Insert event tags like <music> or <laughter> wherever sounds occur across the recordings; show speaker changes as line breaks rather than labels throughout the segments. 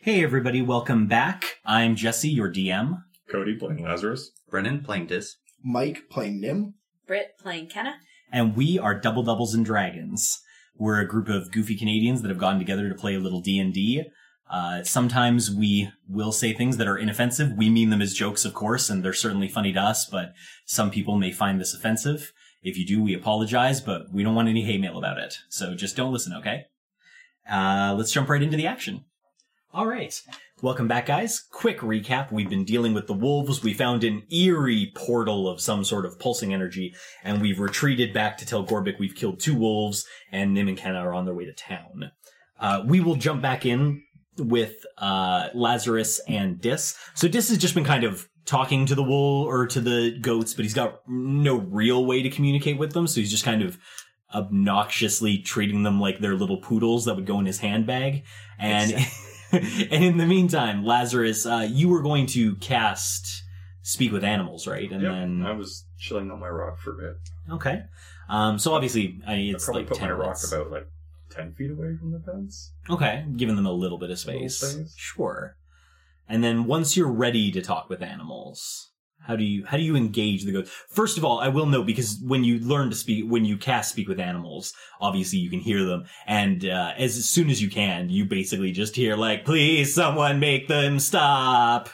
Hey everybody, welcome back. I'm Jesse, your DM.
Cody playing Lazarus.
Brennan playing Dis.
Mike playing Nim.
Britt playing Kenna.
and we are Double Doubles and Dragons. We're a group of goofy Canadians that have gotten together to play a little D and D. Uh, Sometimes we will say things that are inoffensive. We mean them as jokes, of course, and they're certainly funny to us. But some people may find this offensive. If you do, we apologize, but we don't want any hate mail about it. So just don't listen, okay? Uh, let's jump right into the action. All right. Welcome back, guys. Quick recap. We've been dealing with the wolves. We found an eerie portal of some sort of pulsing energy and we've retreated back to tell Gorbic we've killed two wolves, and Nim and Kenna are on their way to town. Uh, we will jump back in with uh, Lazarus and Dis. So Dis has just been kind of talking to the wool or to the goats, but he's got no real way to communicate with them, so he's just kind of obnoxiously treating them like they're little poodles that would go in his handbag. And <laughs> and in the meantime, Lazarus, uh, you were going to cast speak with animals, right? And
Yep. I was chilling on my rock for a bit.
Okay. Um, so obviously, I mean, it's
I probably
like
put
10
my rock
minutes.
about like ten feet away from the fence.
Okay, giving them a little bit of
Little
space.
space.
Sure. And then once you're ready to talk with animals, how do you how do you engage the goats? First of all, I will note because when you learn to speak, when you cast speak with animals, obviously you can hear them, and uh, as, as soon as you can, you basically just hear like, "Please, someone make them stop."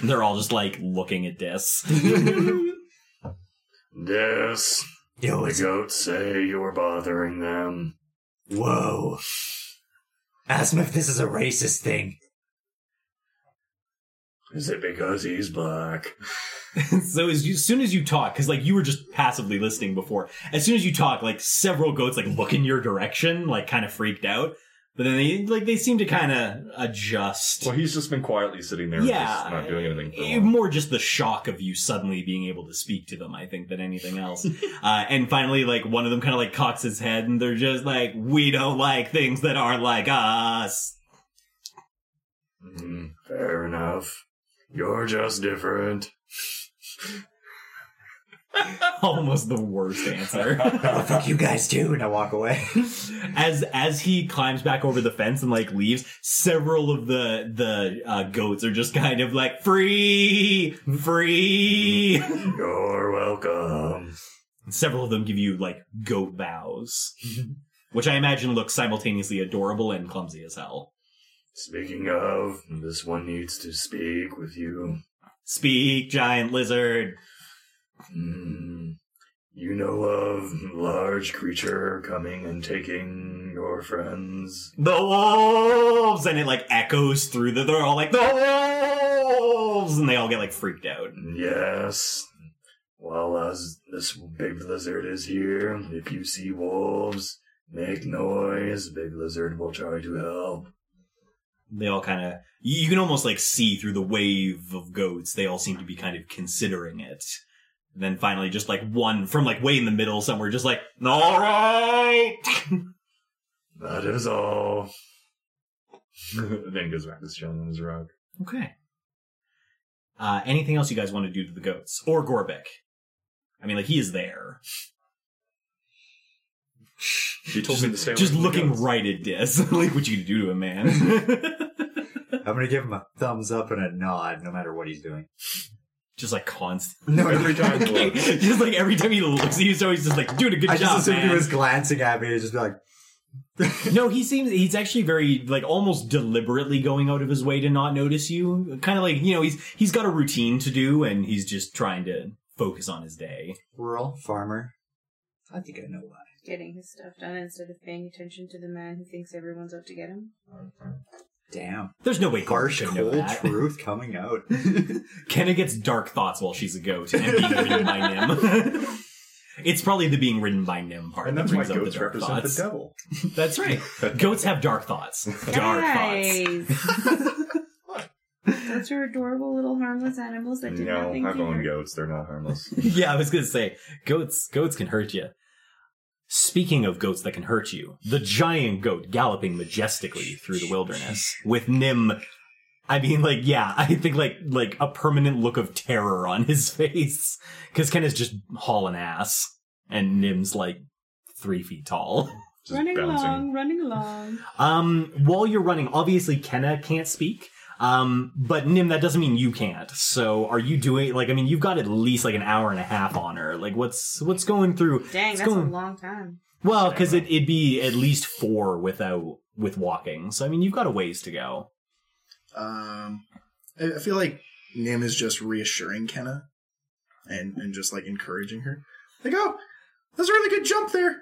And They're all just like looking at this. <laughs>
Yes.
Yo, it's
goats say you were bothering them.
whoa. Ask him if this is a racist thing.
Is it because he's black?
<laughs> so as, you, as soon as you talk, because like you were just passively listening before, as soon as you talk, like several goats like look in your direction, like kind of freaked out, but then they like they seem to kind of adjust.
Well, he's just been quietly sitting there, just not doing anything. For a
eh,
while.
More just the shock of you suddenly being able to speak to them, I think, than anything
<laughs>
else. uh, and finally, like one of them kind of like cocks his head, and they're just like, "We don't like things that are like us."
Mm, fair enough. You're just different.
<laughs> Almost the worst
<laughs>
answer.
Oh, fuck you guys too. And I walk away.
<laughs> as as he climbs back over the fence and like leaves, several of the the uh, goats are just kind of like free, free.
<laughs> You're welcome.
several of them give you like goat bows,
Mm-hmm.
which I imagine look simultaneously adorable and clumsy as hell.
Speaking of, this one needs to speak with you.
Speak, giant lizard.
Mm, you know of large creature coming and taking your friends.
The wolves, and it like echoes through. The, they're all like the wolves, and they all get like freaked out.
Yes. Well, as this big lizard is here, if you see wolves, make noise. Big lizard will try to help.
they all kind of you, you can almost like see through the wave of goats they all seem to be kind of considering it and then finally just like one from like way in the middle somewhere just like all right
<laughs> That is all. <laughs> then goes back to chilling on his rock.
okay uh anything else you guys want to do to the goats or gorbek i mean like he is there
He told me to stay. away
just
from the
looking
goats.
right at dis like what you gonna do to him man
I'm gonna give him a thumbs up and a nod, no matter what he's doing.
just like constant
No,
Every
<laughs>
time he looks.
just like every time he looks at you so he's just like dude a good
I
job
just assumed
man.
he was glancing at me and just be like,
<laughs> No, he seems he's actually very like almost deliberately going out of his way to not notice you. Kind of like, you know, he's he's got a routine to do and he's just trying to focus on his day.
rural farmer. I think I know why.
Getting his stuff done instead of paying attention to the man who thinks everyone's out to get him.
Damn.
There's no way
Harsh,
Gorbic should know
cold
that.
truth coming out.
<laughs>
<laughs>
Kenna gets dark thoughts while she's a goat and being ridden by Nim. <laughs> it's probably the being ridden by Nim part
And
that
that's why
brings up the
goats
dark
represent
thoughts.
the devil.
That's right.
<laughs>
Goats have dark thoughts. Dark thoughts.
<laughs> Those are adorable little harmless animals that did
No,
nothing
I've
to
owned
hurt.
goats. They're not
<laughs>
harmless. <laughs>
yeah, I was gonna say goats. Goats can hurt you. Speaking of goats that can hurt you, the giant goat galloping majestically through the wilderness with Nim. I mean, like, yeah, I think like like a permanent look of terror on his <laughs> face because Ken is just hauling ass, and Nim's like three feet tall. <laughs>
Just
running
bouncing.
along, running along.
Um, while you're running, obviously Kenna can't speak. Um, but Nim, that doesn't mean you can't. So are you doing like I mean you've got at least like an hour and a half on her. Like what's what's going through?
Dang,
It's
that's a
going-
long time.
Well, because it, it'd be at least four without with walking. So I mean you've got a ways to go.
Um, I, I feel like Nim is just reassuring Kenna and and just like encouraging her. Like, oh, that's a really good jump there.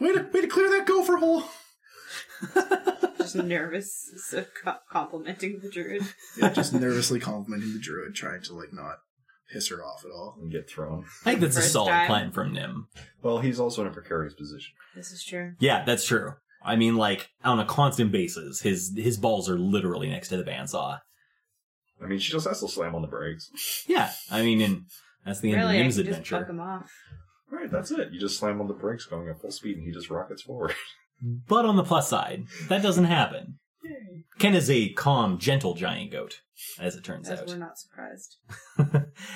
Way to way to clear that gopher hole.
<laughs> Just nervous, so co- complimenting the druid.
Yeah,
<laughs>
just nervously complimenting the druid, trying to like not piss her off at all.
and get thrown.
I think that's a
First
solid
time.
plan from Nim.
Well, he's also in a precarious position.
This is true.
Yeah, that's true. I mean, like on a constant basis, his his balls are literally next to the bandsaw.
I mean, she just has to slam on the brakes.
Yeah, I mean, and that's the end
really,
of
I
Nim's
can just fuck
adventure.
him off.
Right, that's it. You just slam on the brakes going at full speed, and he just rockets forward. <laughs>
But on the plus side, that doesn't happen. Ken is a calm, gentle giant goat, as it turns
As
out.
we're not surprised.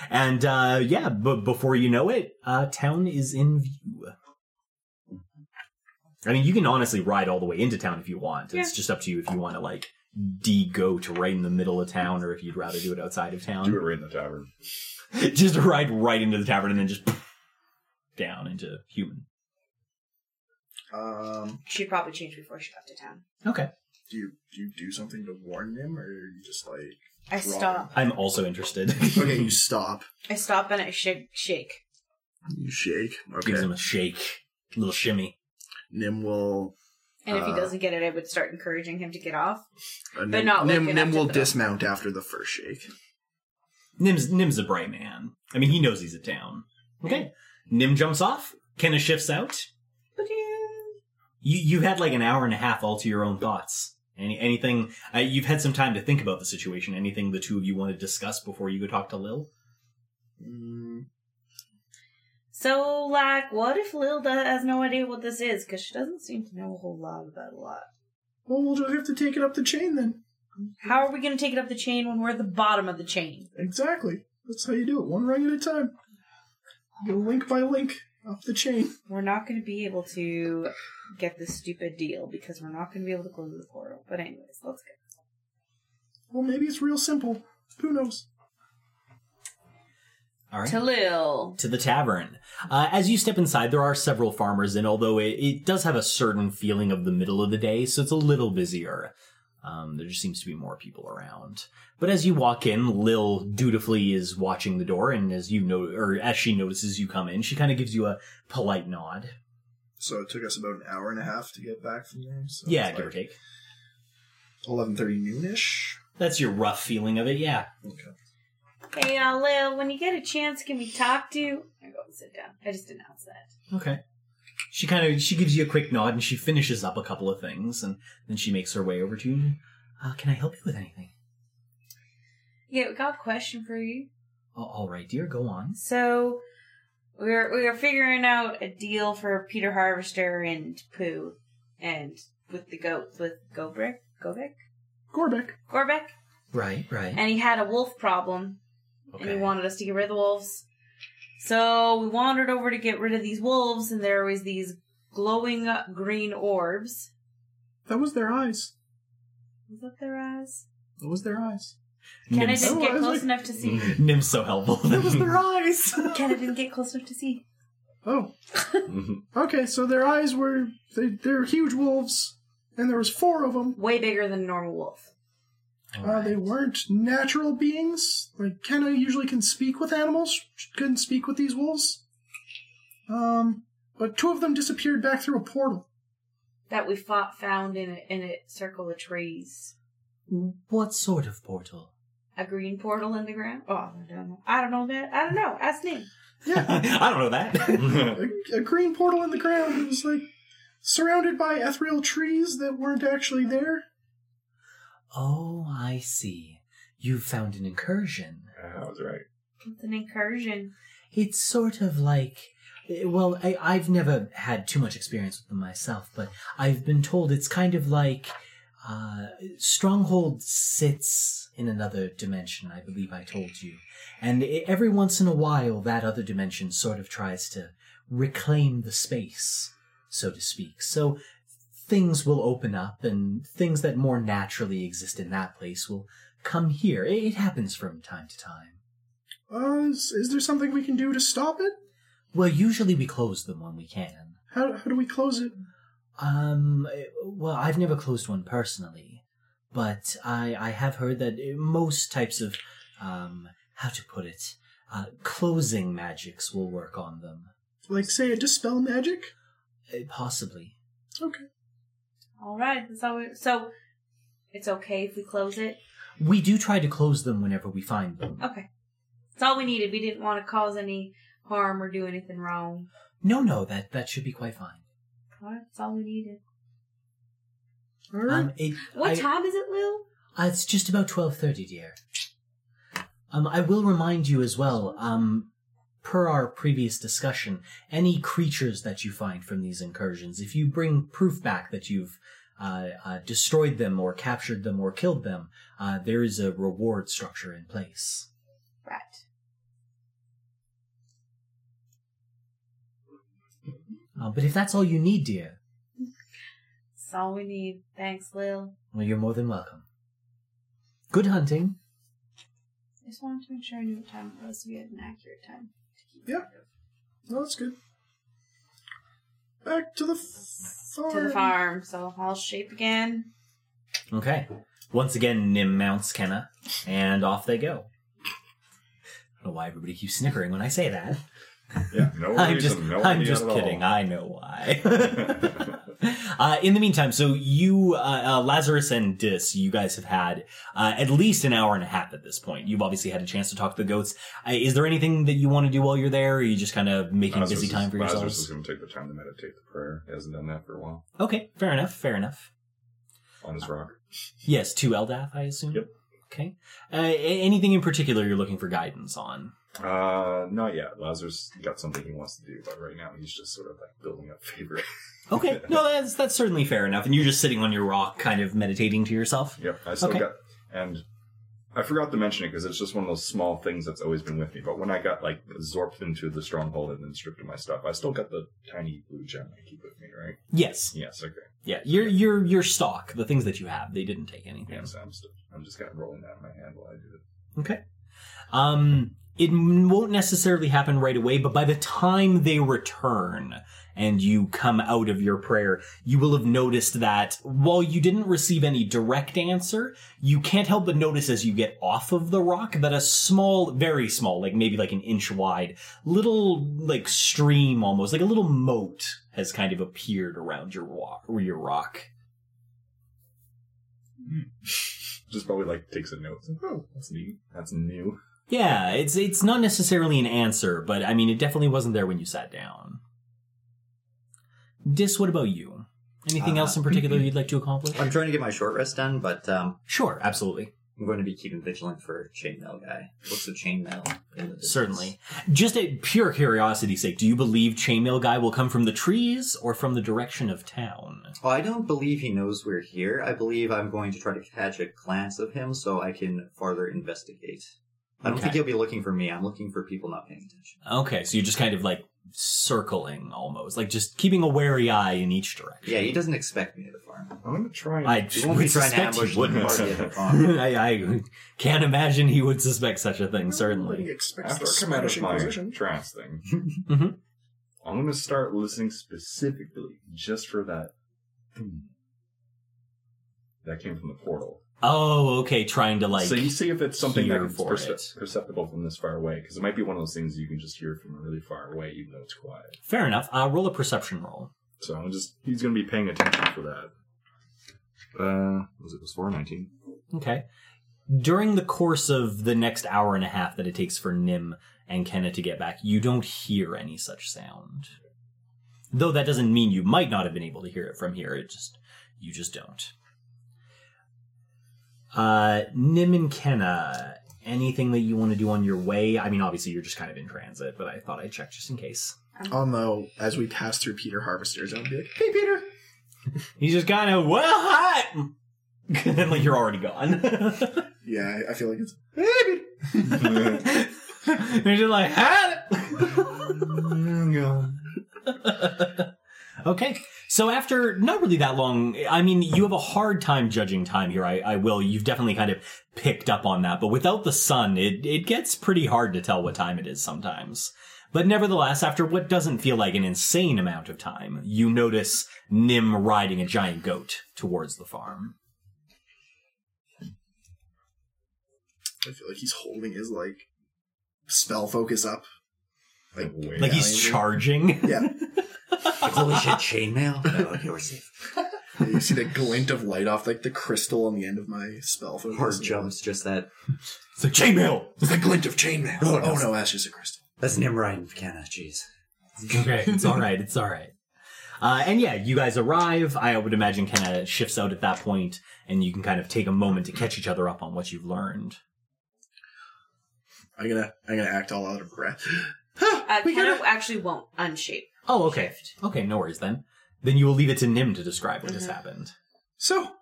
and uh, yeah, but before you know it, uh, town is in view. I mean, you can honestly ride all the way into town if you want. It's
Yeah.
just up to you if you want to like de-goat right in the middle of town, or if you'd rather do it outside of town.
Do it right in the tavern.
<laughs> just ride right into the tavern and then just down into human.
Um,
She probably changed before she left to town.
Okay.
do you do you do something to warn Nim, or you just like?
I
Robin.
stop.
I'm also interested.
<laughs>
<laughs>
Okay, you stop.
I stop and I shake. Shake.
You shake.
Gives
Okay.
him a shake, little shimmy.
Nim will.
And if he
Uh,
doesn't get it, I would start encouraging him to get off.
Uh,
But
Nim,
not like
Nim,
an
Nim will
afterthought.
dismount after the first shake.
Nim's Nim's a bright man. I mean, he knows he's a town. Okay. Nim jumps off. Kenna shifts out. You you had like an hour and a half all to your own thoughts. Any anything uh, you've had some time to think about the situation. Anything the two of you want to discuss before you go talk to Lil?
Mm,
So, like, what if Lilda has no idea what this is? Because she doesn't seem to know a whole lot about a lot.
well, we'll just have to take it up the chain then.
How are we going to take it up the chain when we're at the bottom of the chain?
Exactly. That's how you do it. One rung at a time. Go link by link up the chain.
We're not going to be able to get this stupid deal because we're not going to be able to close the portal. But, anyways, let's go.
Well, maybe it's real simple. Who knows?
All right.
To Lil.
to the tavern. Uh, as you step inside, there are several farmers in, although it, it does have a certain feeling of the middle of the day, so it's a little busier. Um, there just seems to be more people around. But as you walk in, Lil dutifully is watching the door, and as you know, or as she notices you come in, she kind of gives you a polite nod.
So it took us about an hour and a half to get back from there. So
yeah, give or take.
Eleven thirty noonish.
That's your rough feeling of it. Yeah.
Okay.
Hey, uh, Lil, when you get a chance, can we talk to you? I go and sit down. I just announced that.
Okay. She kind of she gives you a quick nod, and she finishes up a couple of things, and then she makes her way over to you. Uh, can I help you with anything?
Yeah, we got a question for you.
"Oh, all right, dear. Go on.
So we were we were figuring out a deal for Peter Harvester and Pooh and with the goat with Gobrick Govick
Gorbeck.
Gorbeck.
Right. Right.
And he had a wolf problem and he wanted us to get rid of the wolves. So we wandered over to get rid of these wolves and there was these glowing green orbs.
That was their eyes.
Was that their eyes?
That was their eyes.
Ken, I
Nim's-
didn't get
Oh, I was
close
like-
enough to see.
<laughs> Nim's so helpful.
That was <laughs> their eyes.
Ken, I didn't get close enough to see. <laughs>
oh,
Mhm.
okay. So their eyes were they, they're huge wolves, and there was four of them.
Way bigger than a normal wolf.
Uh, they weren't natural beings. Like Kenna usually can speak with animals. She couldn't speak with these wolves. Um, but two of them disappeared back through a portal.
That we fought, found in a, in a circle of trees.
What sort of
<laughs>
portal?
a green portal in the ground. Oh, I don't know. I don't know that. I don't know. Ask me.
Yeah,
I don't know that.
a, a green portal in the ground. It was like surrounded by ethereal trees that weren't actually there.
oh, I see. You found an incursion.
I was right.
It's an incursion.
It's sort of like. Well, I, I've never had too much experience with them myself, but I've been told it's kind of like. Uh, Stronghold sits in another dimension, I believe I told you. And e- every once in a while, that other dimension sort of tries to reclaim the space. so to speak. So things will open up, and things that more naturally exist in that place will come here. It, it happens from time to time.
Uh, is, is there something we can do to stop it?
Well, usually we close them when we can.
How, how do we close it?
Um, eh, well, I've never closed one personally, but I, I have heard that eh, most types of, um, how to put it, uh, closing magics will work on them.
Like, say, a dispel magic?
Eh, Possibly.
Okay.
All right. That's all we, so it's okay if we close it.
We do try to close them whenever we find them.
Oh.
Okay. That's all we needed. We didn't want to cause any harm or do anything wrong.
No, no, that, that should be quite fine.
All right. That's all we needed.
All right.
Um, it,
What
I-
time is it, Lou?
Uh, it's just about twelve thirty, dear. Um, I will remind you as well. Um, per our previous discussion, any creatures that you find from these incursions, if you bring proof back that you've uh, uh, destroyed them or captured them or killed them, uh, there is a reward structure in place.
Right.
Uh, but if that's all you need, dear,
That's all we need. Thanks, Lil.
well, you're more than welcome. Good hunting.
I just wanted to make sure I knew what time it was so we had an accurate time.
Yeah. No, that's good. Back to the f- farm.
To the farm, so all shape again.
<laughs> Okay. Once again, Nim mounts Kenna, and off they go. I don't know why everybody keeps snickering when I say that.
Yeah, no
I'm
reason.
just,
no
I'm
idea
just
at all.
kidding. I know why.
<laughs>
<laughs> uh, in the meantime, so you, uh, uh, Lazarus and Dis, you guys have had uh, at least an hour and a half at this point. You've obviously had a chance to talk to the goats. Uh, is there anything that you want to do while you're there, or are you just kind of making
Lazarus
busy time
is-
for
Lazarus
yourselves?
is going to take the time to meditate the prayer. He hasn't done that for a while
Okay, fair enough. Fair enough.
on
Ah.
his rock.
Yes, two Eldath, I assume.
Yep.
Okay. Uh, a- anything in particular you're looking for guidance on?
Uh, not yet. Lazarus got something he wants to do, but right now he's just sort of like building up <laughs> favor. <laughs>
Okay, no, that's that's certainly fair enough. And you're just sitting on your rock, kind of meditating to yourself.
Yep, I still
Okay.
got, and I forgot to mention it because it's just one of those small things that's always been with me. But when I got like absorbed into the stronghold and then stripped of my stuff, I still got the tiny blue gem I keep with me, right?
Yes,
Yes, okay.
yeah, your your your stock, the things that you have, they didn't take anything.
Yeah, so I'm still, I'm just kind of rolling that in my hand while I do it.
Okay. Um, it m- won't necessarily happen right away, but by the time they return and you come out of your prayer, you will have noticed that while you didn't receive any direct answer, you can't help but notice as you get off of the rock that a small, very small, like maybe like an inch wide, little like stream almost, like a little moat has kind of appeared around your rock. Your rock.
Just probably like takes a note. It's like, oh, that's neat. That's new.
Yeah, it's it's not necessarily an answer, but I mean it definitely wasn't there when you sat down. Dis, what about you? Anything
Uh,
else in particular you'd like to accomplish?
I'm trying to get my short rest done, but um,
Sure, absolutely.
I'm going to be keeping vigilant for chainmail guy. What's the chainmail? in the distance?
Certainly. Just a pure curiosity's sake, do you believe chainmail guy will come from the trees or from the direction of town?
Well, I don't believe he knows we're here. I believe I'm going to try to catch a glance of him so I can farther investigate. I don't
Okay.
think he'll be looking for me. I'm looking for people not paying attention.
Okay, so you're just kind of like circling almost, like just keeping a wary eye in each direction.
Yeah, he doesn't expect me at the farm.
I'm gonna try. <laughs> And,
I
He won't be
would
trying to
suspect
ambush
he
the
<laughs> wouldn't.
party at the farm.
I, I can't imagine he would suspect such a thing, certainly.
Nobody expects
after
the
I come out
Spanish
of my
Inquisition.
trance thing,
Mhm.
I'm gonna start listening specifically just for that. "Hmm." That came from the portal.
Oh, okay. Trying to like.
so you see if it's something
hear
that's
for
perce-
it.
perceptible from this far away, because it might be one of those things you can just hear from really far away, even though it's quiet.
Fair enough. Uh, roll a perception roll.
So I'm just he's going to be paying attention for that. Uh, was it was four nineteen?
Okay. During the course of the next hour and a half that it takes for Nim and Kenna to get back, you don't hear any such sound. Though that doesn't mean you might not have been able to hear it from here. It just you just don't. Uh, Nim and Kenna, anything that you want to do on your way? I mean, obviously you're just kind of in transit, but I thought I'd check just in case.
Although, as we pass through Peter Harvester's, I'll be like, hey, Peter!
<laughs> He's just kind of well, hi. and then, <laughs> like you're already gone.
<laughs> Yeah, I- I feel
<laughs>
like it's, hey, Peter!
They're just like, "Had it!" Okay. So after not really that long, I mean, you have a hard time judging time here. I, I will. You've definitely kind of picked up on that, but without the sun, it, it gets pretty hard to tell what time it is sometimes. But nevertheless, after what doesn't feel like an insane amount of time, you notice Nim riding a giant goat towards the farm.
I feel like he's holding his like spell focus up. Like,
Way
Like
down.
he's charging. <laughs>
yeah,
Like, <laughs> holy shit, chainmail? No, okay, we're safe.
<laughs> you see the glint of light off like the crystal on the end of my spell focus.
Hard jumps, just that.
It's like chainmail.
It's the glint of chainmail.
Oh,
Oh,
no.
no, that's just a crystal.
That's Nim riding Kenna, jeez.
okay, it's all right. It's all right. Uh, and yeah, you guys arrive. I would imagine kind of shifts out at that point, and you can kind of take a moment to catch each other up on what you've learned.
I'm gonna I'm gonna act all out of breath.
Uh,
we
Kenna
gotta-
actually won't unshape.
Oh, okay. Okay, no worries then. Then you will leave it to Nim to describe what has
Mhm.
happened.
So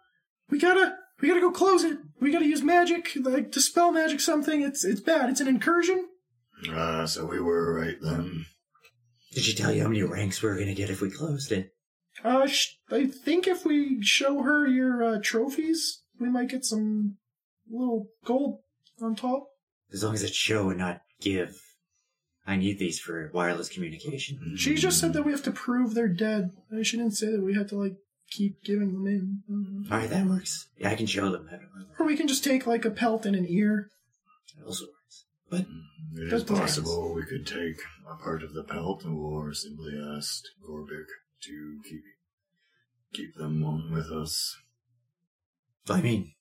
we gotta we gotta go close it. We gotta use magic, like dispel magic something. It's it's bad. It's an incursion.
Ah, so we were right then.
Did she tell you how many ranks we were gonna get if we closed it?
Uh, sh- I think if we show her your uh, trophies, we might get some little gold on top.
As long as it's show and not give. I need these for wireless communication.
Mm-hmm.
She just said that we have to prove they're dead. Uh, She didn't say that we had to like keep giving them in. Mhm.
Alright, that works. Yeah, I can show them. That
Or we can just take like a pelt and an ear.
that also works. But
It is
That's nice.
possible we could take a part of the pelt or simply ask Gorbik to keep keep them on with us.
I mean,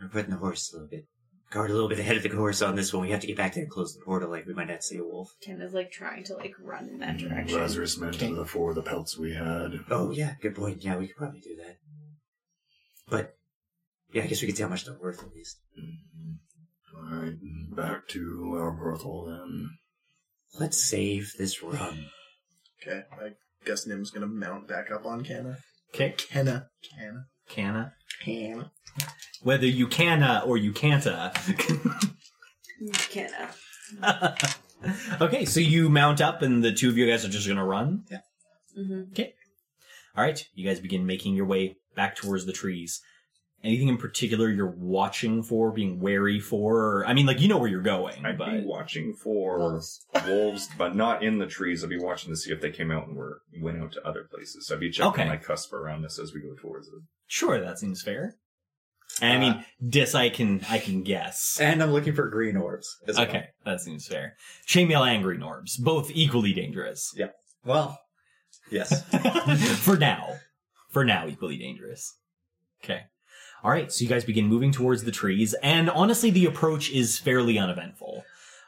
we're putting the horse a little bit, guard a little bit ahead of the horse on this one. We have to get back there and close the portal, like we might not see a wolf.
Kenna's like trying to like run in that
Mm,
direction.
Lazarus meant
Okay.
the four of the pelts we had.
Oh yeah, good point. Yeah, we could probably do that. But yeah, I guess we could see how much they're worth at least.
Mm, Alright, back to our brothel then.
Let's save this run.
Okay, I guess Nim's gonna mount back up on Canna.
Okay,
Kenna, Canna,
canna.
Canna.
Whether you canna or you can'ta. <laughs>
Kenna.
okay, so you mount up, and the two of you guys are just gonna run.
hmm
Mm-hmm.
All right, you guys begin making your way back towards the trees. Anything in particular you're watching for, being wary for? Or, I mean, like you know where you're going,
I'd
but
be watching for
Wolves.
wolves, but not in the trees. I'd be watching to see if they came out and were went out to other places. So I'd be checking
Okay.
my cusp around this as we go towards it.
sure, that seems fair. And I mean, dis, I can, I can guess.
Uh, And I'm looking for green orbs. As
Okay, that seems fair. Chainmail and green orbs, both equally dangerous.
Well, yes.
<laughs>
<laughs>
for now. For now, equally dangerous. Okay. All right, so you guys begin moving towards the trees, and honestly, the approach is fairly uneventful.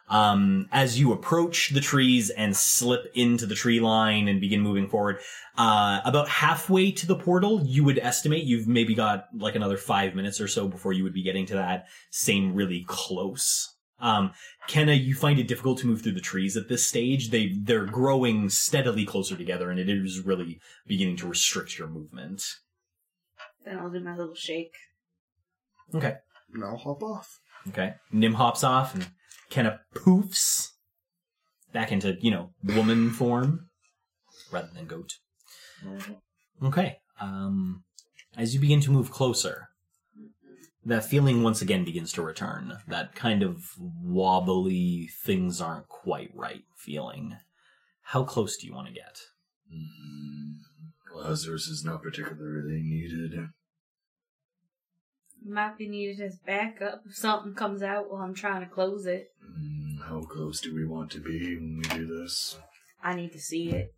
Um, as you approach the trees and slip into the tree line and begin moving forward, uh, about halfway to the portal, you would estimate you've maybe got like another five minutes or so before you would be getting to that same really close. Um, Kenna, you find it difficult to move through the trees at this stage. They they're growing steadily closer together, and it is really beginning to restrict your movement.
Then I'll do my little shake.
Okay,
And I'll hop off.
okay. Nim hops off, and Kenna poofs back into you know woman <laughs> form rather than goat. Okay. Um, as you begin to move closer, that feeling once again begins to return. That kind of wobbly, things aren't quite right feeling. How close do you want to get?
Mm, Lazarus is not particularly needed.
Might be needed as backup if something comes out while I'm trying to close it.
Mm, How close do we want to be when we do this?
I need to see it.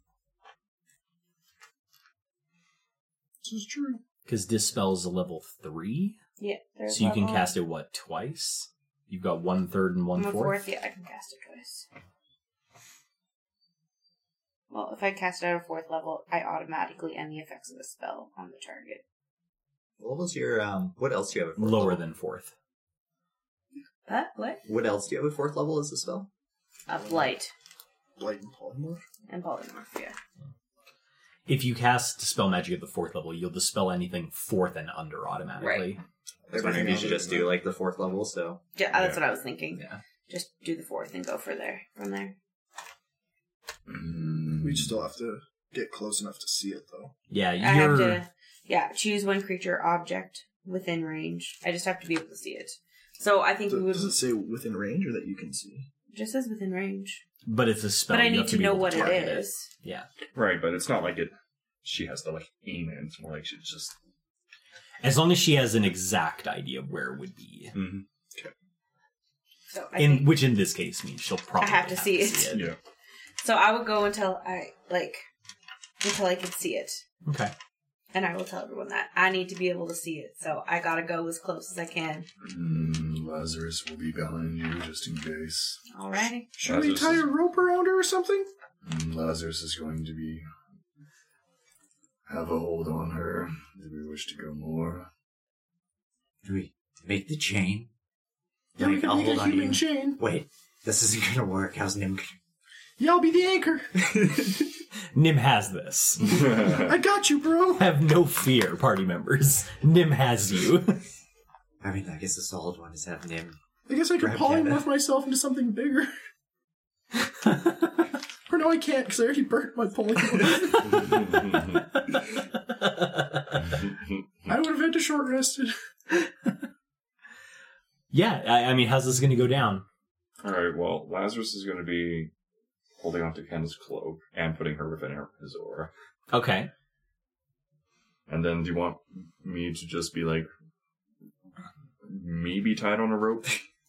This is true.
Because dispel's a level three,
Yeah. there's
so you can
level-
cast it what twice? You've got one third and one
One
fourth.
fourth, yeah, I can cast it twice. Well, if I cast it at a fourth level, I automatically end the effects of the spell on the target.
What was your um? What else do you have? At fourth
Lower
level?
than fourth.
Huh? What?
What else do you have at fourth level as a spell?
A blight
Blight and polymorph.
and polymorph, yeah.
If you cast dispel magic at the fourth level, you'll dispel anything fourth and under automatically.
That's what I
maybe you
have
should
it
just
in
do like the fourth level. So
Yeah, that's what I was thinking.
yeah,
Just do the fourth and go for there from there.
Mm,
We still have to get close enough to see it though.
Yeah,
I have
you're
to, yeah, choose one creature object within range. I just have to be able to see it. So I think
Does,
we would
does it say within range or that you can see?
just says within range,
but it's a spell.
but I
you
need
have
to,
be
know
able
what it
target
is.
Yeah.
Right, but it's not like it. She has to like aim it. It's more like she just.
As long as she has an exact idea of where it would be.
Mm-hmm.
So I
In
think,
which in this case means she'll probably
have to see it.
Yeah.
so I would go until I like until I can see it,
Okay.
and I will tell everyone that I need to be able to see it. So I gotta go as close as I can.
Mm, Lazarus will be behind you just in case.
Alrighty.
Should we
Lazarus
tie
is-
a rope around her or something?
Mm, Lazarus is going to be. have a hold on her. Do we wish to go more?
Do we make the chain?
Yeah,
Like,
we
I'll
can make
hold
a
on to
human
you.
chain.
Wait, this isn't <laughs> gonna work. How's Nim
Yeah, I'll be
<laughs>
the anchor.
gonna.
Nim has
<laughs>
this.
I got you, bro.
Have no fear, party members. Nim has you. <laughs>
I mean, I guess the solid one is have Nim.
I guess I could
Grab Canada.
polymorph myself into
<laughs>
something bigger. or no, I can't because I already burnt
<laughs>
my polymorph. I would have had to short rest it.
yeah, I, I mean, how's this going to go down?
All right. Well, Lazarus is going to be holding onto Ken's cloak and putting her within her, his aura.
Okay.
And then, do you want me to just be like, maybe tied on a rope?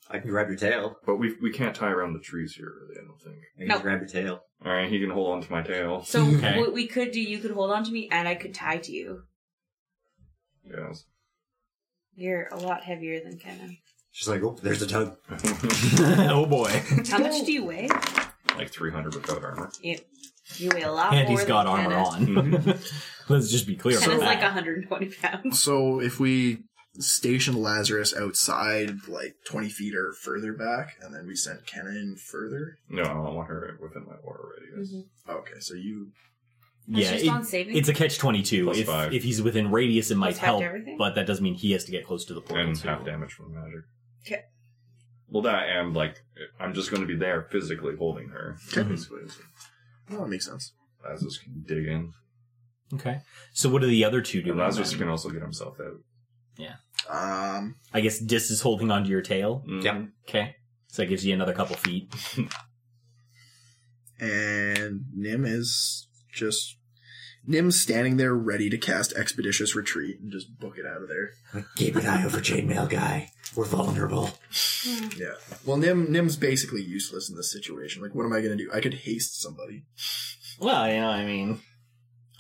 I can grab your tail.
But we we can't tie around the trees here, really. I don't think.
I can
No.
grab your tail.
All right, he can hold on to my tail.
So
<laughs> Okay.
what we could do, you could hold on to me, and I could tie to you.
Yes.
You're a lot heavier than Kenan.
She's like, oh, there's a
<laughs>
tug.
oh boy.
<laughs> How much do you weigh?
like 300 without armor.
You, you weigh a lot
And
more.
he's got
than
armor
Kenan.
on. <laughs> Mm-hmm. Let's just be clear.
Kenan's
about
like
that.
120 <laughs> pounds.
So if we station Lazarus outside, like twenty feet or further back, and then we sent Kenan further.
No, I want her within my aura radius.
Okay, so you
That's
yeah,
just
it-
on saving.
it's a catch twenty-two.
Plus
If,
five.
if he's within radius, it might
Plus five to
help,
everything?
but that doesn't mean he has to get close to the portal.
And
too.
half damage from magic.
'Kay.
Well, that and like, I'm just going to be there physically holding her.
'Kay.
Basically, so
well, Mhm. Oh, that makes sense.
Lazarus can dig in.
Okay. So what do the other two do?
And Lazarus
then?
can also get himself out.
Um,
I guess Dis is holding onto your tail.
Mhm.
Yep.
Okay. So that gives you another couple feet.
<laughs>
and Nim is just Nim's standing there ready to cast expeditious retreat and just book it out of there.
Like, keep an eye over chainmail guy. We're vulnerable.
Yeah. Well, Nim Nim's basically useless in this situation. Like, what am I gonna do? I could haste somebody.
Well, you know, I mean,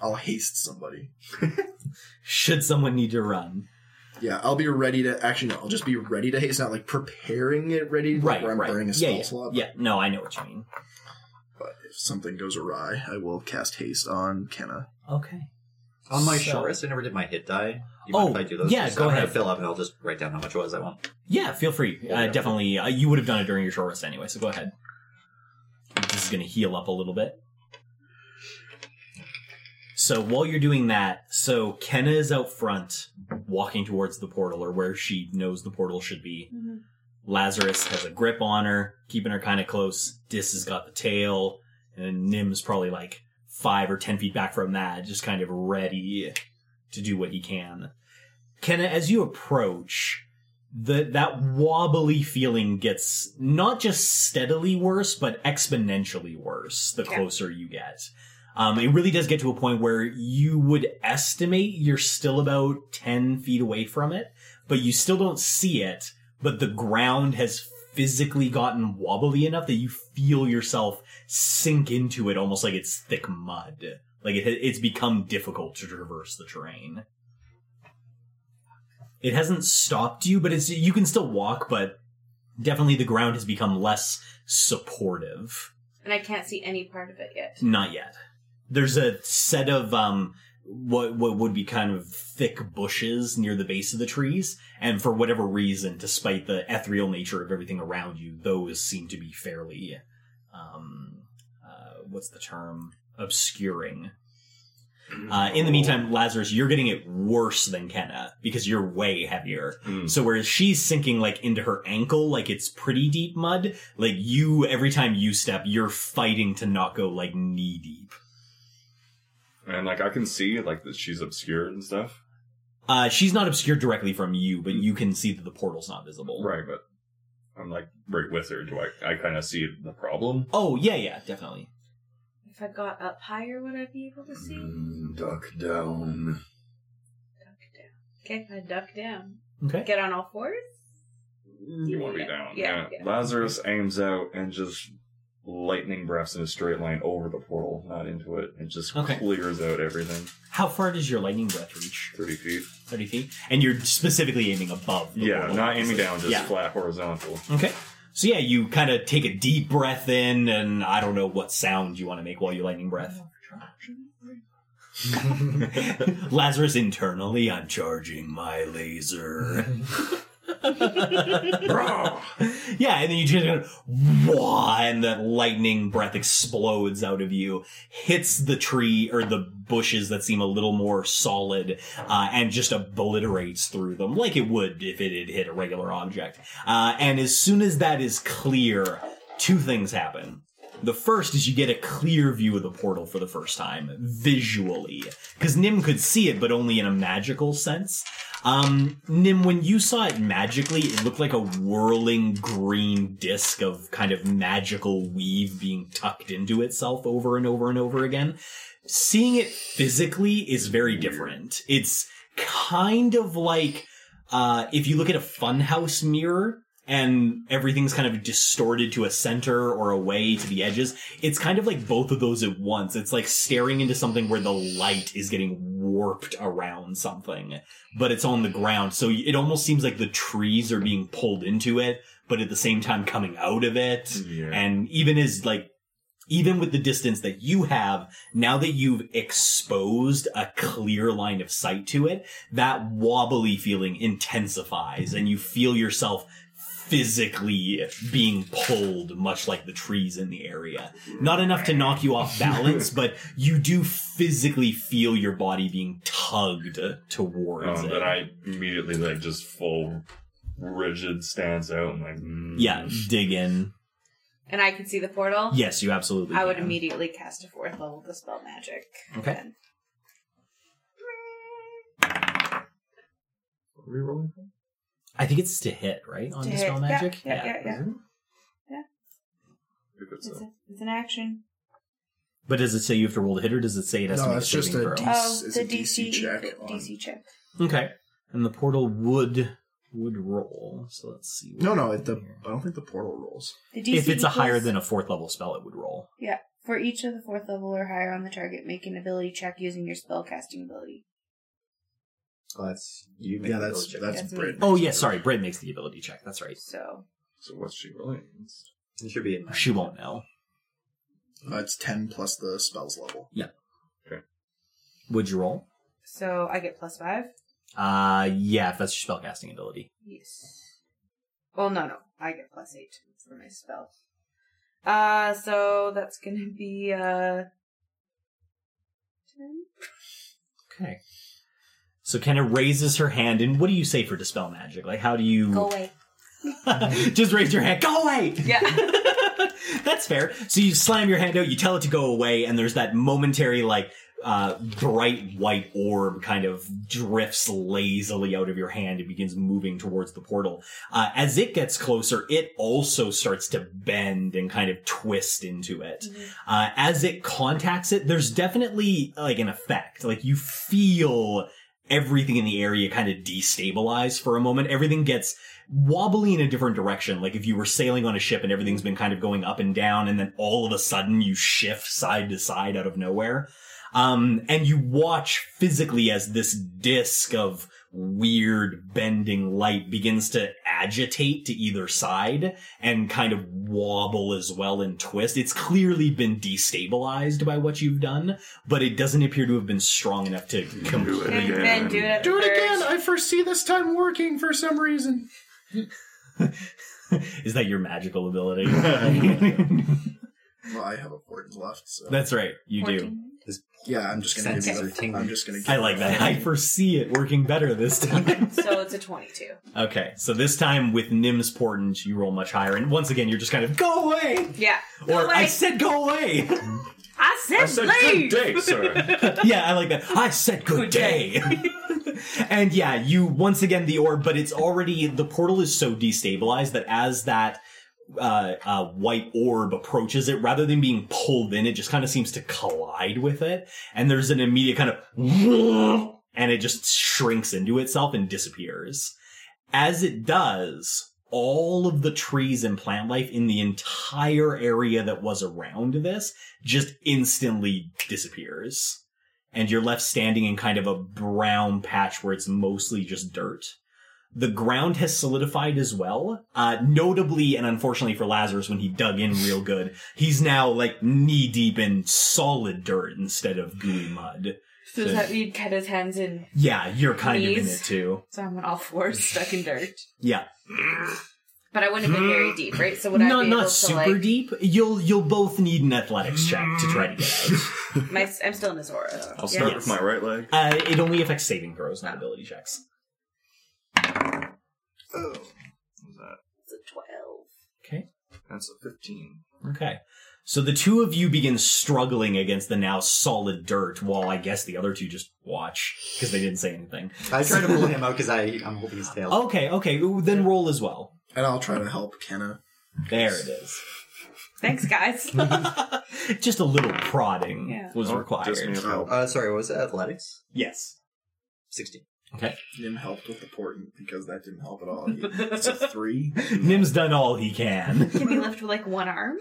I'll haste somebody.
<laughs> should someone need to run?
Yeah, I'll be ready to. Actually, no, I'll just be ready to haste. Not like preparing it ready, like,
Right,
where I'm
right.
burning
yeah,
a spell
yeah,
slot.
yeah. No, I know what you mean.
But if something goes awry, I will cast haste on Kenna.
Okay.
On my
So-
short rest, I never did my hit die. You
Oh,
mind if I do those?
yeah,
Just-
go
I'm gonna
ahead.
Fill up, and I'll just write down how much it was. I want.
Yeah, feel free. Uh,
Yeah.
definitely, uh, you would have done it during your short rest anyway. So go ahead. This is going to heal up a little bit. So while you're doing that, so Kenna is out front, walking towards the portal or where she knows the portal should be.
Mhm.
Lazarus has a grip on her, keeping her kind of close. Dis has got the tail, and then Nim's probably like five or ten feet back from that, just kind of ready to do what he can. Kenna, as you approach, the that wobbly feeling gets not just steadily worse, but exponentially worse the
Okay.
closer you get. Um, it really does get to a point where you would estimate you're still about ten feet away from it, but you still don't see it. But the ground has physically gotten wobbly enough that you feel yourself sink into it, almost like it's thick mud. Like it, it's become difficult to traverse the terrain. It hasn't stopped you, but it's you can still walk, but definitely the ground has become less supportive.
And I can't see any part of it yet.
Not yet. There's a set of um what what would be kind of thick bushes near the base of the trees, and for whatever reason, despite the ethereal nature of everything around you, those seem to be fairly um uh, what's the term obscuring. Uh, in the meantime, Lazarus, you're getting it worse than Kenna because you're way heavier.
Mm.
So whereas she's sinking like into her ankle, like it's pretty deep mud, like you every time you step, you're fighting to not go like knee deep.
And like I can see like that she's obscured and stuff.
Uh, she's not obscured directly from you, but you can see that the portal's not visible.
Right, but I'm like right with her. Do I? I kind of see the problem.
Oh yeah, yeah, definitely.
If I got up higher, would I be able to see?
Mm, duck down.
Duck down. Okay, I duck down.
Okay.
Get on all fours.
You want to
Yeah,
be down?
yeah, yeah.
Lazarus aims out and just lightning breaths in a straight line over the portal, not into it. It just
Okay.
clears out everything.
How far does your lightning breath reach?
Thirty feet.
Thirty feet, and you're specifically aiming above. The
yeah,
portal,
not aiming
obviously.
down, just
Yeah.
flat horizontal.
Okay. So yeah, you kind of take a deep breath in, and I don't know what sound you want to make while you lightning breath. Lazarus internally, I'm charging my laser. yeah, and then you just go, wah, and that lightning breath explodes out of you, hits the tree or the bushes that seem a little more solid, uh, and just obliterates through them like it would if it had hit a regular object. Uh, and as soon as that is clear, two things happen. The first is you get a clear view of the portal for the first time, visually. Because Nim could see it, but only in a magical sense. Um, Nim, when you saw it magically, it looked like a whirling green disc of kind of magical weave being tucked into itself over and over and over again. Seeing it physically is very different. It's kind of like uh, if you look at a funhouse mirror and everything's kind of distorted to a center or away to the edges, it's kind of like both of those at once. It's like staring into something where the light is getting warped around something, but it's on the ground. So it almost seems like the trees are being pulled into it, but at the same time coming out of it.
Yeah.
And even as like, even with the distance that you have, now that you've exposed a clear line of sight to it, that wobbly feeling intensifies and you feel yourself physically being pulled, much like the trees in the area. Not enough to knock you off balance, but you do physically feel your body being tugged towards
Um,
it.
then I immediately like just full rigid stance out and like mm.
yeah, dig in.
And I can see the portal.
Yes, you absolutely.
I would
can.
immediately cast a fourth level dispel magic.
Okay.
Then.
Are we rolling?
I think it's to hit, right? On
To hit.
dispel
Yeah,
magic.
yeah, yeah, yeah.
If it's
It's,
a-
a, it's an action.
But does it say you have to roll to hit, or does it say it has
No,
to make
it's
a
just
saving
a
throw?
D-
Oh,
It's- it's
the
a DC
DC
check on-
DC check.
okay, and the portal would would roll. So let's see.
No, no, it,
it
the, I don't think the portal rolls.
The DC
if it's a higher
equals-
than a fourth level spell, it would roll.
For each of the fourth level or higher on the target, make an ability check using your spellcasting ability.
Oh, that's you.
Yeah, that's that's,
That's me.
Brit.
Oh yeah, sorry. Brit makes the ability check. That's right.
So
so what's she rolling?
You should be in.
She won't know.
Uh, it's ten plus the spells level.
Would you roll?
so I get plus five?
Uh, yeah, if that's your spellcasting ability.
Yes. Well no no. I get plus eight for my spell. Uh so that's gonna be uh ten?
Okay. So Kenna raises her hand, and what do you say for dispel magic? Like, how do you
Go away.
<laughs> just raise your hand? Go away.
Yeah.
<laughs> That's fair. So you slam your hand out, you tell it to go away, and there's that momentary, like, uh, bright white orb kind of drifts lazily out of your hand and begins moving towards the portal. Uh, as it gets closer, it also starts to bend and kind of twist into it. Uh, as it contacts it, there's definitely, like, an effect. Like, you feel everything in the area kind of destabilize for a moment. Everything gets wobbly in a different direction. Like if you were sailing on a ship and everything's been kind of going up and down, and then all of a sudden you shift side to side out of nowhere. Um, and you watch physically as this disc of weird bending light begins to agitate to either side and kind of wobble as well and twist. It's clearly been destabilized by what you've done, but it doesn't appear to have been strong enough to complete.
and then do it at
Do
the
it again.
first.
I foresee this time working for some reason.
Is that your magical ability?
Well, I have a point left, so
<laughs> That's right. You do.
14.
yeah. I'm just gonna give you
Sensitive
the,
tingle.
I'm just gonna. Give
I like that. I foresee it working better this time. <laughs>
so it's a 22.
okay, so this time with Nim's portent, you roll much higher, and once again, you're just kind of go away,
Yeah.
or
No,
I
like,
said go away.
I said,
I said,
leave.
good day, sir.
<laughs> yeah, I like that. I said good,
Good
day.
day.
<laughs> and yeah, you once again the orb, but it's already the portal is so destabilized that as that uh, uh, white orb approaches it, rather than being pulled in, it just kind of seems to collide with it, and there's an immediate kind of <laughs> and it just shrinks into itself and disappears. As it does, all of the trees and plant life in the entire area that was around this just instantly disappears and you're left standing in kind of a brown patch where it's mostly just dirt. The ground has solidified as well. Uh, notably, and unfortunately for Lazarus, when he dug in real
<laughs>
good, he's now like knee deep in solid dirt instead of gooey mud.
So does that mean Keta's hands in?
Yeah, you're kind of in
Knees.
it too.
So I'm on all fours, stuck in dirt.
Yeah,
But I wouldn't have been very deep, right? So would I
not
be able
Mm. not
to
super
like?
deep. You'll you'll both need an athletics check to try to get out.
My, I'm still in this aura. though.
I'll
Yeah.
start with my right leg.
Uh, it only affects saving throws, not ability checks.
What's that?
It's a 12.
Okay.
That's a 15.
Okay. So the two of you begin struggling against the now solid dirt, while I guess the other two just watch because they didn't say anything.
I try to pull him out because
<laughs>
I'm holding his tail.
Okay, okay. Ooh, Then roll as well.
and I'll try to help Kenna.
There it is.
Thanks, guys.
just a little prodding
Yeah.
was
Oh,
required.
just me about-
Uh, sorry, what was that? Athletics?
Yes.
16.
Nim helped with the portent because that didn't help at all. It's a three.
Nim's done all he can. <laughs>
Can be left with like one arm.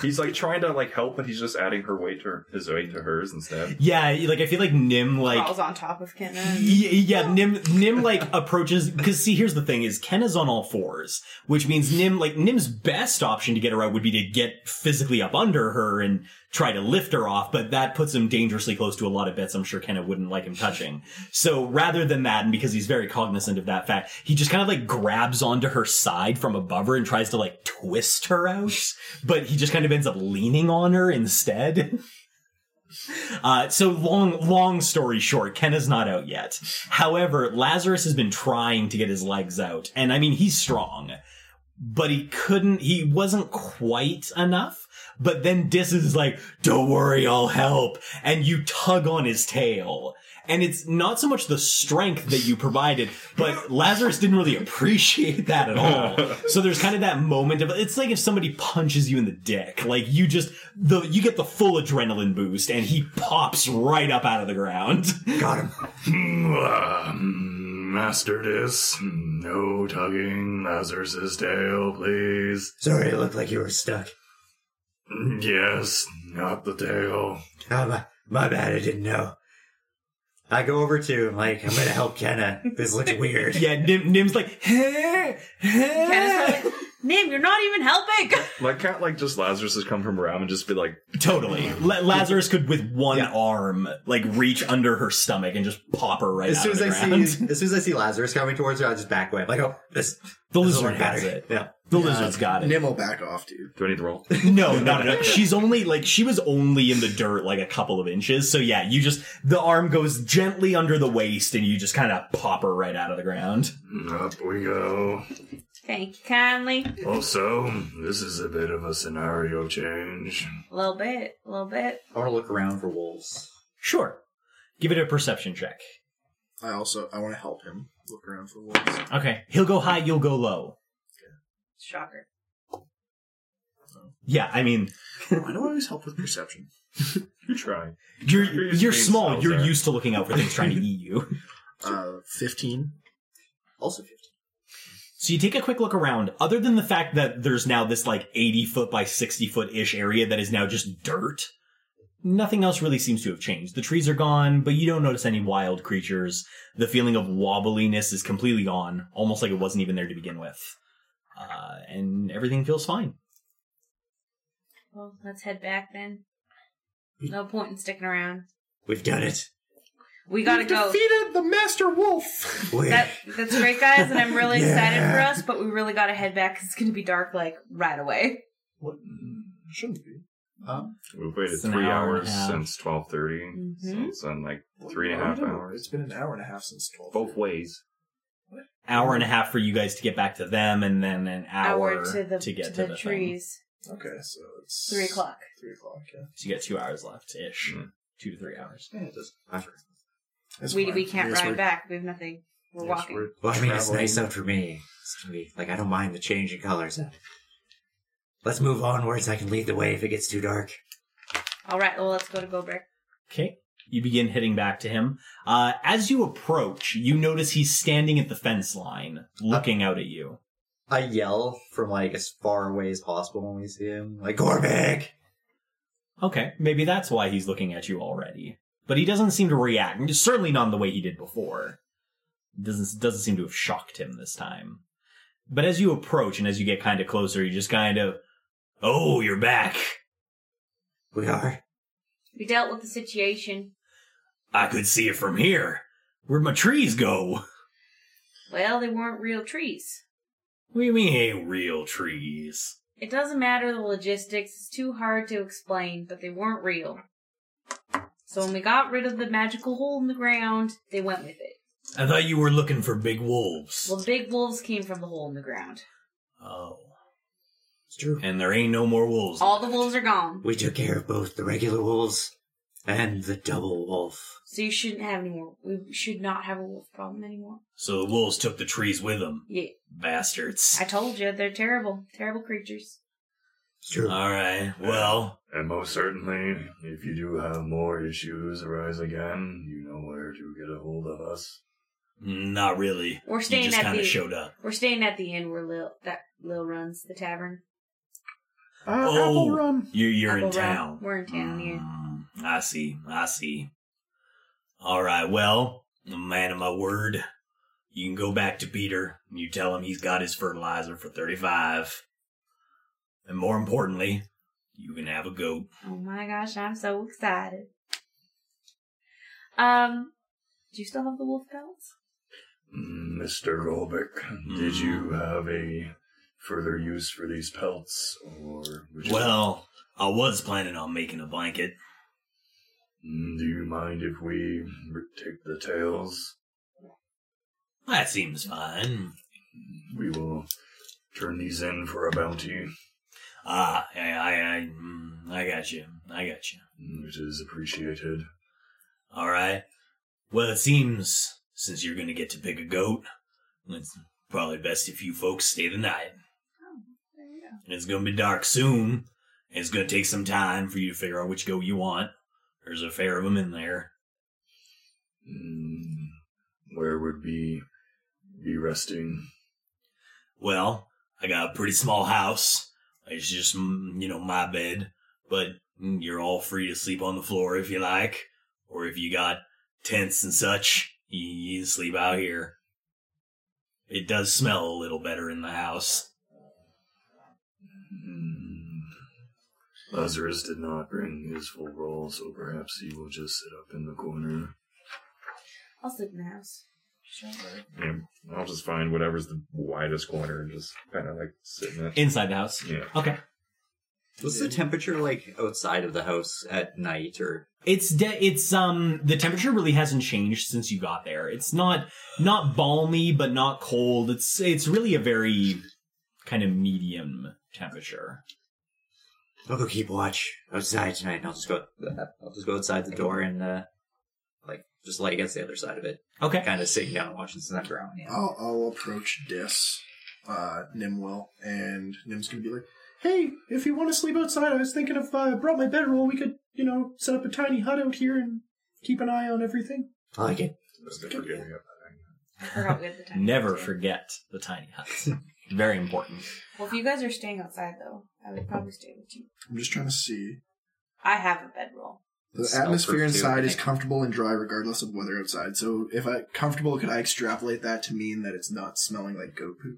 He's like trying to like help, but he's just adding her weight to her, his weight to hers instead.
Yeah, like I feel like Nim like
falls on top of Kenna.
Y- Yeah, Nim Nim like <laughs> approaches because see, here's the thing: is Ken is on all fours, which means Nim like Nim's best option to get her out would be to get physically up under her and try to lift her off, but that puts him dangerously close to a lot of bits. I'm sure Kenna wouldn't like him touching. So rather than that, and because he's very cognizant of that fact, he just kind of like grabs onto her side from above her and tries to like twist her out, but he just kind of ends up leaning on her instead. <laughs> Uh, so long, long story short, Ken is not out yet. However, Lazarus has been trying to get his legs out, and I mean he's strong, but he couldn't. He wasn't quite enough. But then Dis is like, "Don't worry, I'll help," and you tug on his tail. And it's not so much the strength that you provided,
<laughs>
but Lazarus didn't really appreciate that at all. So there's kind of that moment of it's like if somebody punches you in the dick, like you just the you get the full adrenaline boost, and he pops right up out of the ground.
Got him.
Um, Master Dis, no tugging Lazarus's tail, please.
Sorry, it looked like you were stuck.
Yes, not the tail.
Oh, my, my bad, I didn't know. I go over to him, like, I'm gonna help Kenna. This
<laughs>
looks weird.
Yeah, Nim, Nim's like, "Hey, hey."
Kenna's like, Nim, you're not even helping. <laughs>
Like can't like just Lazarus has come from around and just be like,
totally. <laughs> La- Lazarus could with one arm like reach under her stomach and just pop her right.
As
out
soon
of
as
the
I
ground. <laughs>
see, <laughs> as soon as I see Lazarus coming towards her, I just back away. I'm like, oh, this.
the
this will
lizard
work
has
better.
it.
Yeah.
The lizard's got it.
Nim will back off, dude.
"Do I need to roll?"
<laughs> No, no, no, no. She's only like she was only in the dirt like a couple of inches. So yeah, you just the arm goes gently under the waist and you just kind of pop her right out of the ground.
Up we go.
Thank you kindly.
Also, this is a bit of a scenario change.
A little bit, a little bit.
I want to look around for wolves.
Sure. Give it a perception check.
I also I want to help him look around for wolves.
Okay. He'll go high, you'll go low.
Shocker.
Yeah, I mean,
Why do I always help with perception?
<laughs> You try.
you're
You're
you're,
used to being
small.
smelled
You're
there.
used to looking out for things
<laughs>
trying to eat you.
Uh, fifteen.
Also 15.
So you take a quick look around. Other than the fact that there's now this like 80 foot by 60 foot ish area that is now just dirt, nothing else really seems to have changed. The trees are gone, but you don't notice any wild creatures. The feeling of wobbliness is completely gone, almost like it wasn't even there to begin with. Uh, and everything feels fine.
Well, let's head back then. No point in sticking around.
We've done it.
We gotta go.
Defeated the master wolf.
We're,
That, that's great, guys, and
<laughs>
I'm really excited for
Yeah.
us, but we really gotta head back 'cause it's gonna be dark, like, right away.
Mm, Shouldn't be. Um,
We've waited
It's an
three
hour and
hours
a half.
since twelve
Mhm.
So
Mm-hmm.
it's been like three and a half hours
It's been an hour and a half since twelve.
both ways.
Hour and a half for you guys to get back to them, and then an hour,
hour to the
get to,
to
the
the
thing.
trees.
Okay, so it's
Three o'clock.
Three o'clock. Yeah.
So you get two hours left ish,
Mm.
two to three hours.
Hmm. Yeah, it does. It's
We
fine.
we can't
Yes,
ride
we're-
back. We have nothing. We're
yes,
walking.
we're
Well, I mean, it's
traveling.
nice out for me. It's gonna be like I don't mind the change in colors. Let's move onwards. I can lead the way if it gets too dark.
All right. Well, let's go to Goldberg.
Okay. You begin heading back to him. Uh, as you approach, you notice he's standing at the fence line, looking out at you.
I yell from like as far away as possible when we see him, like Gorbag.
Okay, maybe that's why he's looking at you already. But he doesn't seem to react. and Certainly not in the way he did before. Doesn't doesn't seem to have shocked him this time. But as you approach and as you get kind of closer, you just kind of, oh, you're back.
We are.
We dealt with the situation.
I could see it from here. Where'd my trees go?
Well, they weren't real trees.
What do you mean, ain't real trees?
It doesn't matter the logistics. It's too hard to explain, but they weren't real. So when we got rid of the magical hole in the ground, they went with it.
I thought you were looking for big wolves.
Well, big wolves came from the hole in the ground.
oh,
It's true.
and there ain't no more wolves.
All the wolves are gone,
We took care of both the regular wolves and the double wolf.
so you shouldn't have any more. We should not have a wolf problem anymore.
So the wolves took the trees with them,
Yeah,
bastards.
I told you they're terrible, terrible creatures.
It's true.
All right. Well,
And most certainly, if you do have more issues arise again, you know where to get a hold of us.
not really.
We're
You
staying
just
at
kind
the-
of showed up.
We're staying at the inn where Lil that Lil runs the tavern.
Uh,
Oh.
Apple Rum.
You're you're in
Apple Run.
town. Mm.
We're in town,
yeah. I see. I see. All right. Well, I'm a man of my word. You can go back to Peter and you tell him he's got his fertilizer for thirty-five, and more importantly, you can have a goat.
Oh my gosh, I'm so excited. Um, do you still have the wolf pelts?
Mr. Golbeck, did you
Hmm.
have a further use for these pelts, or would you
Well, I was planning on making a blanket.
Mm, do you mind if we r- take the tails?
That seems
<laughs>
fine.
We will turn these in for a bounty.
Ah, I, I, I, mm, I got you. I got you.
Mm, It is appreciated.
All right. Well, it seems since you're going to get to pick a goat, it's probably best if you folks stay the night.
Oh, There you go.
It's going to be dark soon, and it's going to take some time for you to figure out which goat you want. There's a fair of them in there.
Mm, Where would we be resting?
Well, I got a pretty small house. It's just, mm, you know, my bed, but mm, you're all free to sleep on the floor if you like, or if you got tents and such, you, you can sleep out here. It does smell a little better in the house.
Mm, Lazarus did not bring his full roll, so perhaps he will just sit up in the corner.
I'll sleep in the house.
Yeah, I'll just find whatever's the widest corner and just kind of like sit in it.
Inside the house.
Yeah.
Okay.
What's the temperature like outside of the house at night? Or
It's de- it's um the temperature really hasn't changed since you got there. It's not not balmy but not cold. It's it's really a very kind of medium temperature.
I'll go keep watch outside tonight, and I'll just go. I'll just go outside the door and uh, like just lay against the other side of it,
Okay.
kind of sitting down and watching some ground. Yeah.
I'll, I'll approach Dis, uh, Nim will, and Nim's gonna be like, "Hey, if you want to sleep outside, I was thinking if I brought my bedroll, we could, you know, set up a tiny hut out here and keep an eye on everything."
I like it.
Just to forget me of that.
I forgot we had the time.
Never
too.
forget the tiny hut. <laughs> very important.
Well, if you guys are staying outside though, I would probably stay with you.
I'm just trying to see.
I have a bedroll.
The
Smell
atmosphere
proof, too,
inside
I
is
think.
comfortable and dry, regardless of weather outside. So, if I comfortable, could I extrapolate that to mean that it's not smelling like goat poop?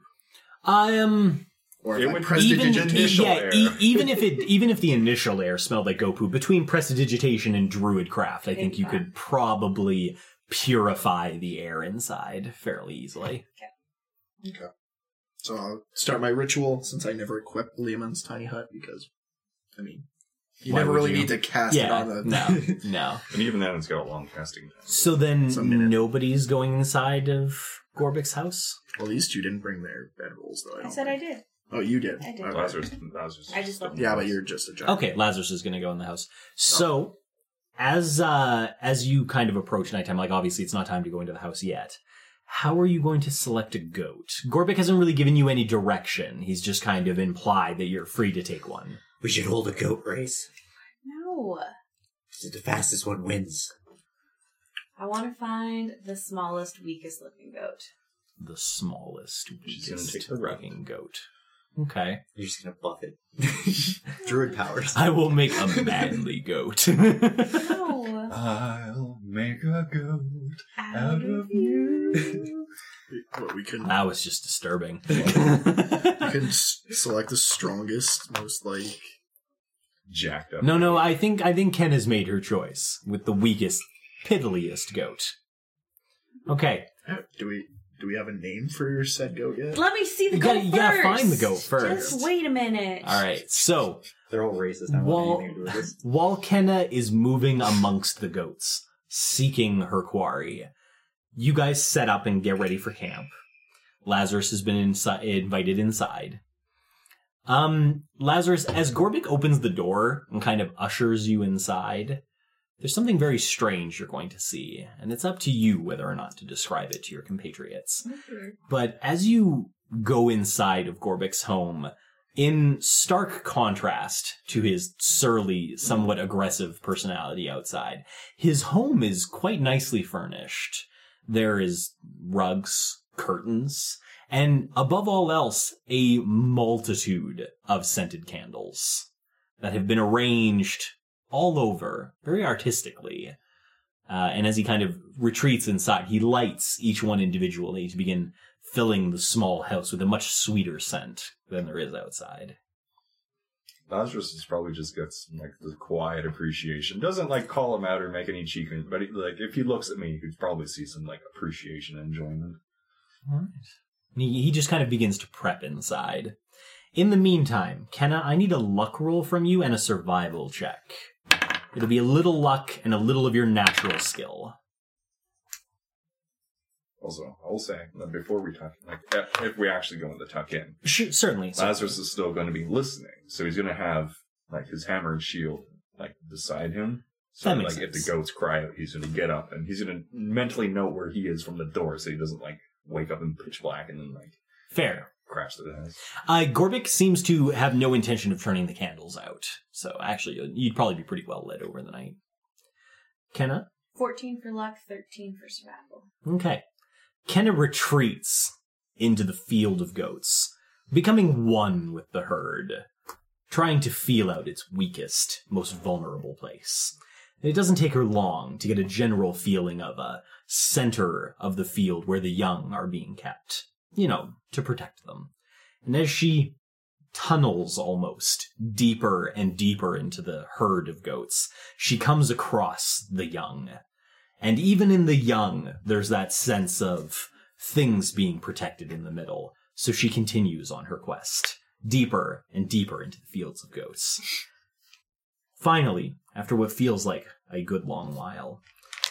I um
Or
It
like
would-
prestidigit-
Even- Prestidigitial
yeah,
<laughs>
e-
air.
even if it even if the initial air smelled like goat poop, between prestidigitation and druid craft, I think you could probably purify the air inside fairly easily.
So I'll start my ritual since I never equipped Liamon's tiny hut because, I mean, You
Why
never
would
really
you?
need to cast it
Yeah,
on a.
no,
<laughs>
no.
And even then, it's got a long casting time.
So then
Some minute.
nobody's going inside of Gorbik's house?
Well, these two didn't bring their bedrolls though.
I
don't
said I
think.
did.
Oh, you did.
I did.
Okay.
Lazarus, Lazarus.
I just left.
Yeah, but you're just a Oh. giant.
Okay, Lazarus is going to go in the house. So as uh as you kind of approach nighttime, like obviously it's not time to go into the house yet. How are you going to select a goat? Gorbik hasn't really given you any direction. He's just kind of implied that you're free to take one.
We should hold a goat race.
No.
The fastest one wins.
I want to find the smallest, weakest looking goat.
The smallest,
She's gonna
weakest
take the rat.
looking goat. Okay.
You're just gonna buff
<laughs>
it. Druid powers.
I will make a manly goat.
No.
I'll make a goat out of you.
you.
<laughs> Well, we couldn't.
that was just
<laughs>
disturbing. <laughs>
We couldn't s- select the strongest, most like.
Jacked up.
No, no, I think I think Ken has made her choice with the weakest, piddliest goat. Okay,
Do we do we have a name for your said goat yet?
Let me see the
You
goat
gotta-
first.
you gotta find the goat first.
Just wait a minute.
all right. So
They're all racist. I don't
while
want anything to do with this.
while Kenna is moving amongst the goats, seeking her quarry, you guys set up and get ready for camp. Lazarus has been insi- invited inside. Um, Lazarus, as Gorbik opens the door and kind of ushers you inside, there's something very strange you're going to see, and it's up to you whether or not to describe it to your compatriots. But as you go inside of Gorbik's home, in stark contrast to his surly, somewhat aggressive personality outside, his home is quite nicely furnished. There is rugs, curtains, and above all else, a multitude of scented candles that have been arranged all over very artistically. Uh, and as he kind of retreats inside, he lights each one individually to begin filling the small house with a much sweeter scent than there is outside.
Lazarus is probably just gets like the quiet appreciation. Doesn't like call him out or make any cheek, but he, like if he looks at me, he could probably see some like appreciation and enjoyment.
All right. He, he just kind of begins to prep inside. In the meantime, Kenna, I need a luck roll from you and a survival check. It'll be a little luck and a little of your natural skill.
Also, I will say that before we tuck, like if, if we actually go in the tuck in,
Sure, certainly. So-
Lazarus is still going to be listening, so he's going to have like his hammer and shield like beside him. So
That
like
makes
if the
sense.
goats cry out, he's going to get up and he's going to mentally know where he is from the door, so he doesn't like wake up in pitch black and then like
Fair.
crash to the house.
Uh, Gorbik seems to have no intention of turning the candles out. So actually, you'd- you'd probably be pretty well lit over the night. Kenna?
14 for luck, 13 for survival.
Okay. Kenna retreats into the field of goats, becoming one with the herd, trying to feel out its weakest, most vulnerable place. And it doesn't take her long to get a general feeling of a center of the field where the young are being kept, you know, to protect them. And as she tunnels almost deeper and deeper into the herd of goats, she comes across the young. And even in the young, there's that sense of things being protected in the middle. So she continues on her quest, deeper and deeper into the fields of goats. Finally, after what feels like a good long while,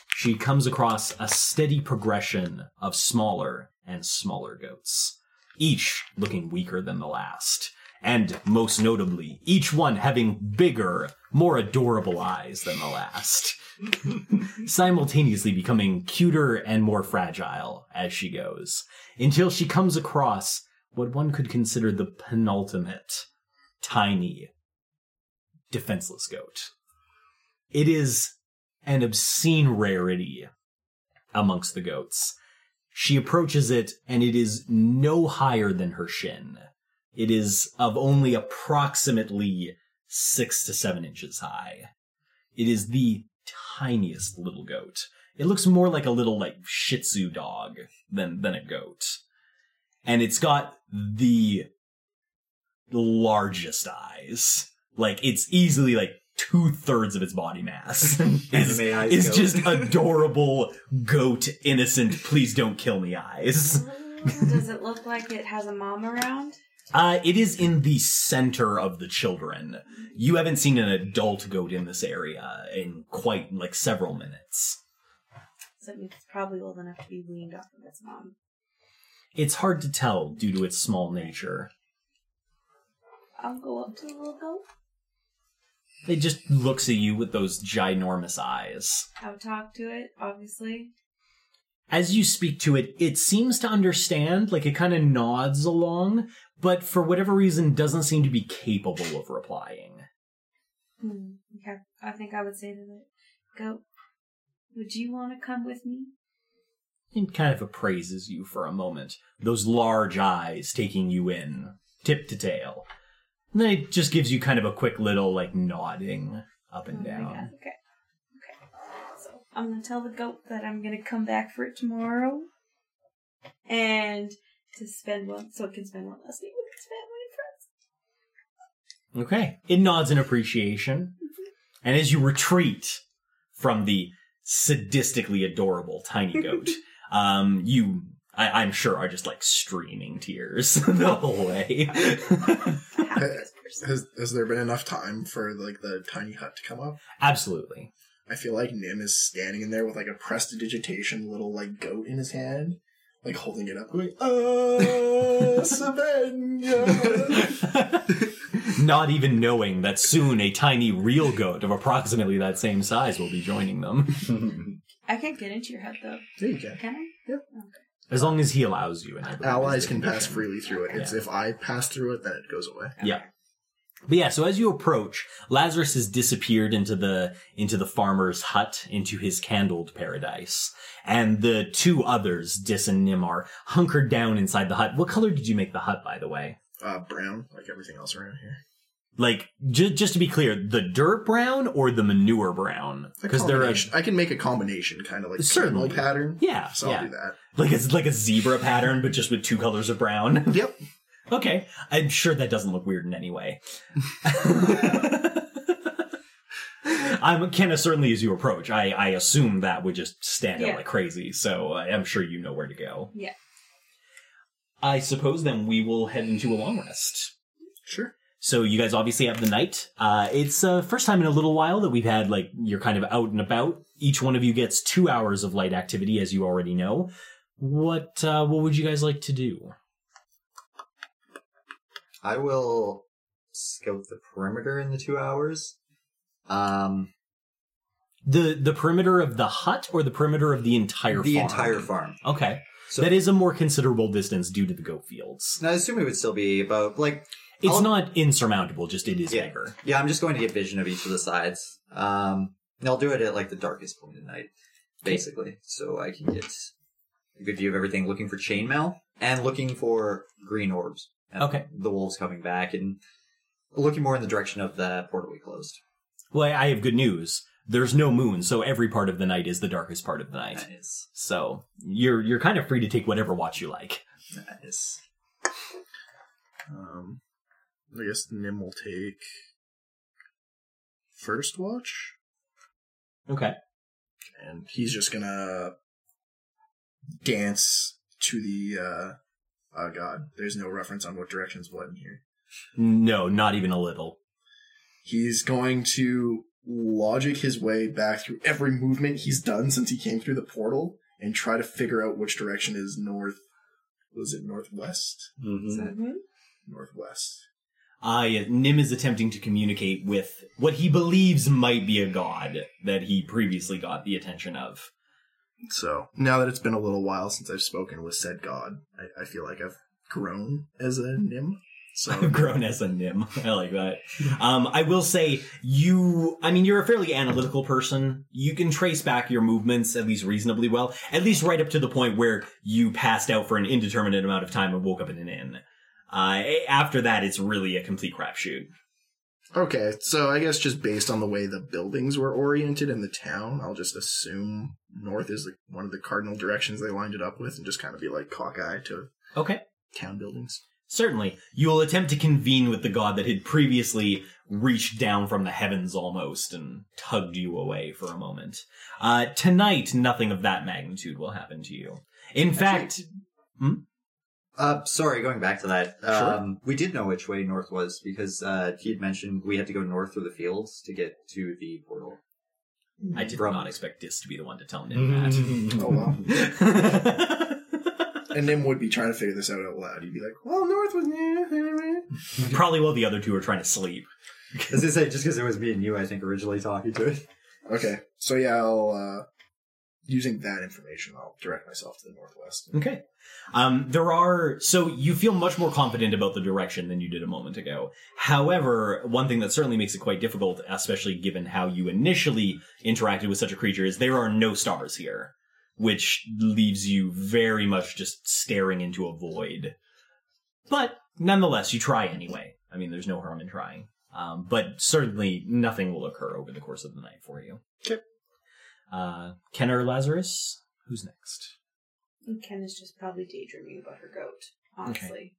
she comes across a steady progression of smaller and smaller goats, each looking weaker than the last, and most notably, each one having bigger, more adorable eyes than the last simultaneously becoming cuter and more fragile as she goes, until she comes across what one could consider the penultimate tiny defenseless goat. It is an obscene rarity amongst the goats. She approaches it, and it is no higher than her shin. It is of only approximately six to seven inches high. It is the tiniest little goat. It looks more like a little like Shih Tzu dog than than a goat, and it's got the largest eyes. Like it's easily like two thirds of its
<laughs>
body mass is,
Anime eyes
is
goat.
just adorable goat innocent. Please don't kill me eyes.
Does it look like it has a mom around?
Uh, it is in the center of the children. You haven't seen an adult goat in this area in quite like several minutes.
So that means it's probably old enough to be weaned off of its mom.
It's hard to tell due to its small nature.
I'll go up to the little goat.
It just looks at you with those ginormous eyes.
I'll talk to it, obviously.
As you speak to it, it seems to understand, like it kind of nods along, but for whatever reason doesn't seem to be capable of replying.
Hmm. Okay. I think I would say to it, goat, would you want to come with me?
It kind of appraises you for a moment, those large eyes taking you in, tip to tail. And then it just gives you kind of a quick little, like, nodding up and
Oh my
down.
God, Okay. Okay. So I'm gonna tell the goat that I'm gonna come back for it tomorrow, and to spend one, so it can spend one last week with its family and friends.
Okay. It nods in appreciation. And as you retreat from the sadistically adorable tiny
<laughs>
goat, um, you, I, I'm sure, are just like streaming tears <laughs> the whole way.
I have this person.
Has, has there been enough time for like the tiny hut to come up?
Absolutely.
I feel like Nim is standing in there with like a prestidigitation little like goat in his hand, like holding it up, going,
<laughs>
"Uh, Savannah."
Not even knowing that soon a tiny real goat of approximately that same size will be joining them,
I can't get into your head though.
There you go.
Can I?
as long as he allows you. And I believe
Allies
is the
can pass
condition.
freely through it. It's
Yeah.
if I pass through it, then it goes away.
Yeah. But yeah, so as you approach, Lazarus has disappeared into the into the farmer's hut, into his candled paradise, and the two others, Dis and Nim, are hunkered down inside the hut. What color did you make the hut, by the way?
Uh, brown, like everything else around here.
Like, ju- just to be clear, the dirt brown or the manure brown?
A
Because they're a,
combination. I can make a combination, kind of like
Certainly.
certainly pattern.
yeah,
So
yeah.
I'll do that.
like it's like a zebra pattern, but just with two colors of brown. <laughs>
Yep.
Okay, I'm sure that doesn't look weird in any
<laughs>
way. I'm Kenna certainly as you approach. I, I assume that would just stand
Yeah.
out like crazy, so I- I'm sure you know where to go.
Yeah.
I suppose then we will head into a long rest.
Sure.
So you guys obviously have the night. Uh, it's uh, first time in a little while that we've had like you're kind of out and about. Each one of you gets two hours of light activity, as you already know. What uh, what would you guys like to do?
I will scout the perimeter in the two hours. Um,
The the perimeter of the hut or the perimeter of the entire
the
farm?
entire farm.
Okay.
So-
that is a more considerable distance due to the goat fields.
Now, I assume it would still be about like
It's
I'll-
not insurmountable, just it is
Yeah.
bigger.
yeah. I'm just going to get vision of each of the sides. Um, and I'll do it at like the darkest point of night, basically, so I can get a good view of everything. Looking for chainmail and looking for green orbs. And
Okay.
The wolves coming back and looking more in the direction of the portal we closed.
Well, I I have good news. There's no moon, so every part of the night is the darkest part of the night.
That is
So you're you're kind of free to take whatever watch you like.
that is.
Um, I guess Nim will take first watch,
Okay.
and he's just gonna dance to the. uh Oh God, there's no reference on what direction's what in here.
No, not even a little.
He's going to logic his way back through every movement he's done since he came through the portal and try to figure out which direction is north. Was it northwest?
Is that-
Mm-hmm.
Northwest.
I Nim is attempting to communicate with what he believes might be a god that he previously got the attention of.
So now that it's been a little while since I've spoken with said god, I, I feel like I've grown as a nim. So
I've <laughs> grown as a nim. <laughs> I like that. Um, I will say you. I mean, you're a fairly analytical person. You can trace back your movements at least reasonably well, at least right up to the point where you passed out for an indeterminate amount of time and woke up in an inn. Uh, a- after that, it's really a complete crapshoot.
okay, so I guess just based on the way the buildings were oriented in the town, I'll just assume north is like one of the cardinal directions they lined it up with, and just kind of be like cockeye
<laughs>
to
Okay.
town buildings.
Certainly, you will attempt to convene with the god that had previously reached down from the heavens almost and tugged you away for a moment. Uh, tonight, nothing of that magnitude will happen to you. In fact,
Uh, sorry, going back to that. Um, We did know which way north was because uh, he had mentioned we had to go north through the fields to get to the portal.
I did not expect Dis to be the one to tell Nim
Oh wow.
that.
And Nim would be trying to figure this out out loud. He'd be like, "Well, north was
<laughs> Probably while the other two are trying to sleep.
As I say, just because it was me and you, I think originally talking to it.
okay." So yeah, I'll uh, using that information, I'll direct myself to the northwest.
Okay. Um, there are so you feel much more confident about the direction than you did a moment ago. However, one thing that certainly makes it quite difficult, especially given how you initially interacted with such a creature, is there are no stars here, which leaves you very much just staring into a void. But nonetheless, you try anyway. I mean, there's no harm in trying. Um, but certainly, nothing will occur over the course of the night for you.
Okay.
Uh, Kenner Lazarus, who's next?
And Ken is just probably daydreaming about her goat, honestly.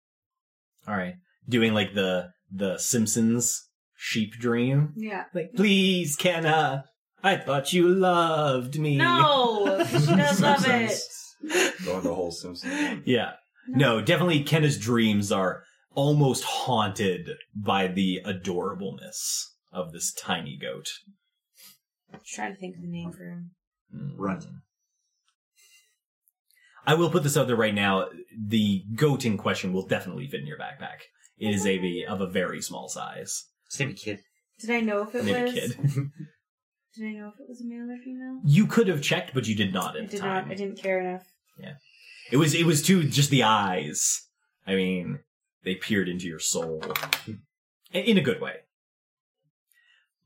All right, doing like the the Simpsons sheep dream.
Yeah.
Like, please, Kenna, I thought you loved me. <laughs>
No! She does love it.
Going the whole Simpsons.
Yeah. No, definitely Kenna's dreams are almost haunted by the adorableness of this tiny goat.
trying to think of the name for him.
Runt.
Hmm. I will put this out there right now. The goat in question will definitely fit in your backpack. It is a of a very small size.
Just name a kid.
Did I know if it
Maybe
was?
kid.
<laughs>
<laughs>
Did I know if it was a male or female?
You could have checked, but you did not at
I
the
did
time.
not. I didn't care enough.
It was it was too just the eyes. I mean, they peered into your soul I- in a good way.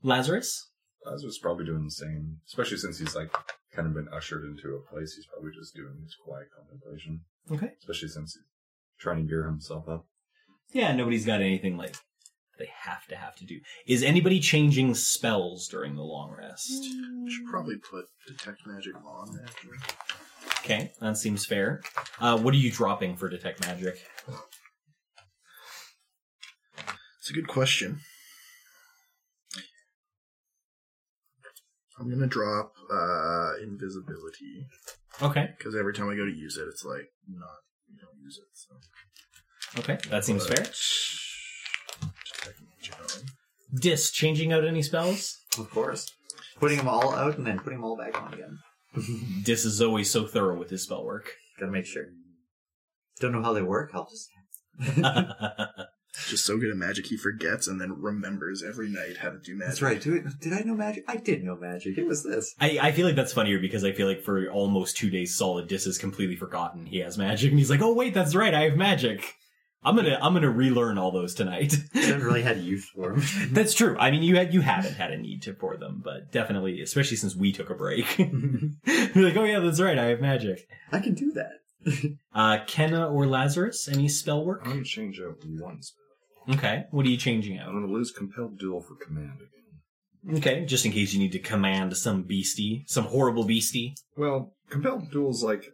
Lazarus,
Lazarus probably doing the same, especially since he's like kind of been ushered into a place. He's probably just doing his quiet contemplation.
Okay.
Especially since he's trying to gear himself up.
yeah, nobody's got anything like they have to have to do. Is anybody changing spells during the long rest?
We should probably put detect magic on actually.
Okay, that seems fair. Uh, what are you dropping for detect magic?
It's a good question. I'm gonna drop uh, invisibility
Okay,
because every time I go to use it, it's like not you don't use it. So.
okay, that seems
But-
fair.
Detect magic on.
Dis changing out any spells?
Of course. <laughs> Putting them all out and then putting them all back on again.
Dis is always so thorough with his spell work.
Gotta make sure. Don't know how they work. I'll just.
Just so good at magic, he forgets and then remembers every night how to do magic.
That's right. Do it. Did I know magic? I did know magic. It was this.
I, I feel like that's funnier because I feel like for almost two days solid, Dis has completely forgotten he has magic, and he's like, "Oh wait, that's right, I have magic. I'm gonna I'm gonna relearn all
<laughs>
those tonight."
I haven't really had use for them.
<laughs> that's true. I mean, you had you haven't had a need to for them, but definitely, especially since we took
<laughs>
a break, <laughs> you're like, "Oh yeah, that's right, I have magic."
I can do that. <laughs>
Uh, Kenna or Lazarus, any spell work?
I'm gonna change out one spell.
Okay, what are you changing
I'm
out?
gonna lose compelled duel for command again.
Okay, just in case you need to command some beastie, some horrible beastie.
Well, compelled duel's like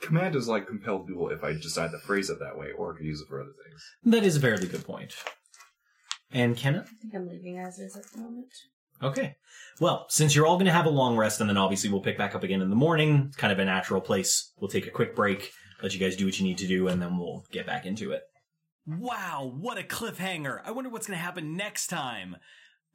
command is like compelled duel if I decide to phrase it that way, or I could use it for other things.
That is a fairly good point. And Kenna.
I think I'm leaving as is at the moment.
Okay. Well, since you're all going to have a long rest, and then obviously we'll pick back up again in the morning, it's kind of a natural place. We'll take a quick break, let you guys do what you need to do, and then we'll get back into it. Wow, what a cliffhanger! I wonder what's going to happen next time.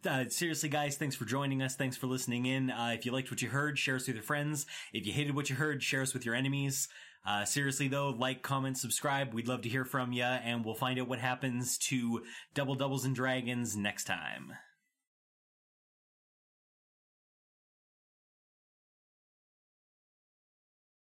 Uh, seriously, guys, thanks for joining us. Thanks for listening in. Uh, if you liked what you heard, share us with your friends. If you hated what you heard, share us with your enemies. Uh, seriously, though, like, comment, subscribe. We'd love to hear from you, and we'll find out what happens to Double Doubles and Dragons next time.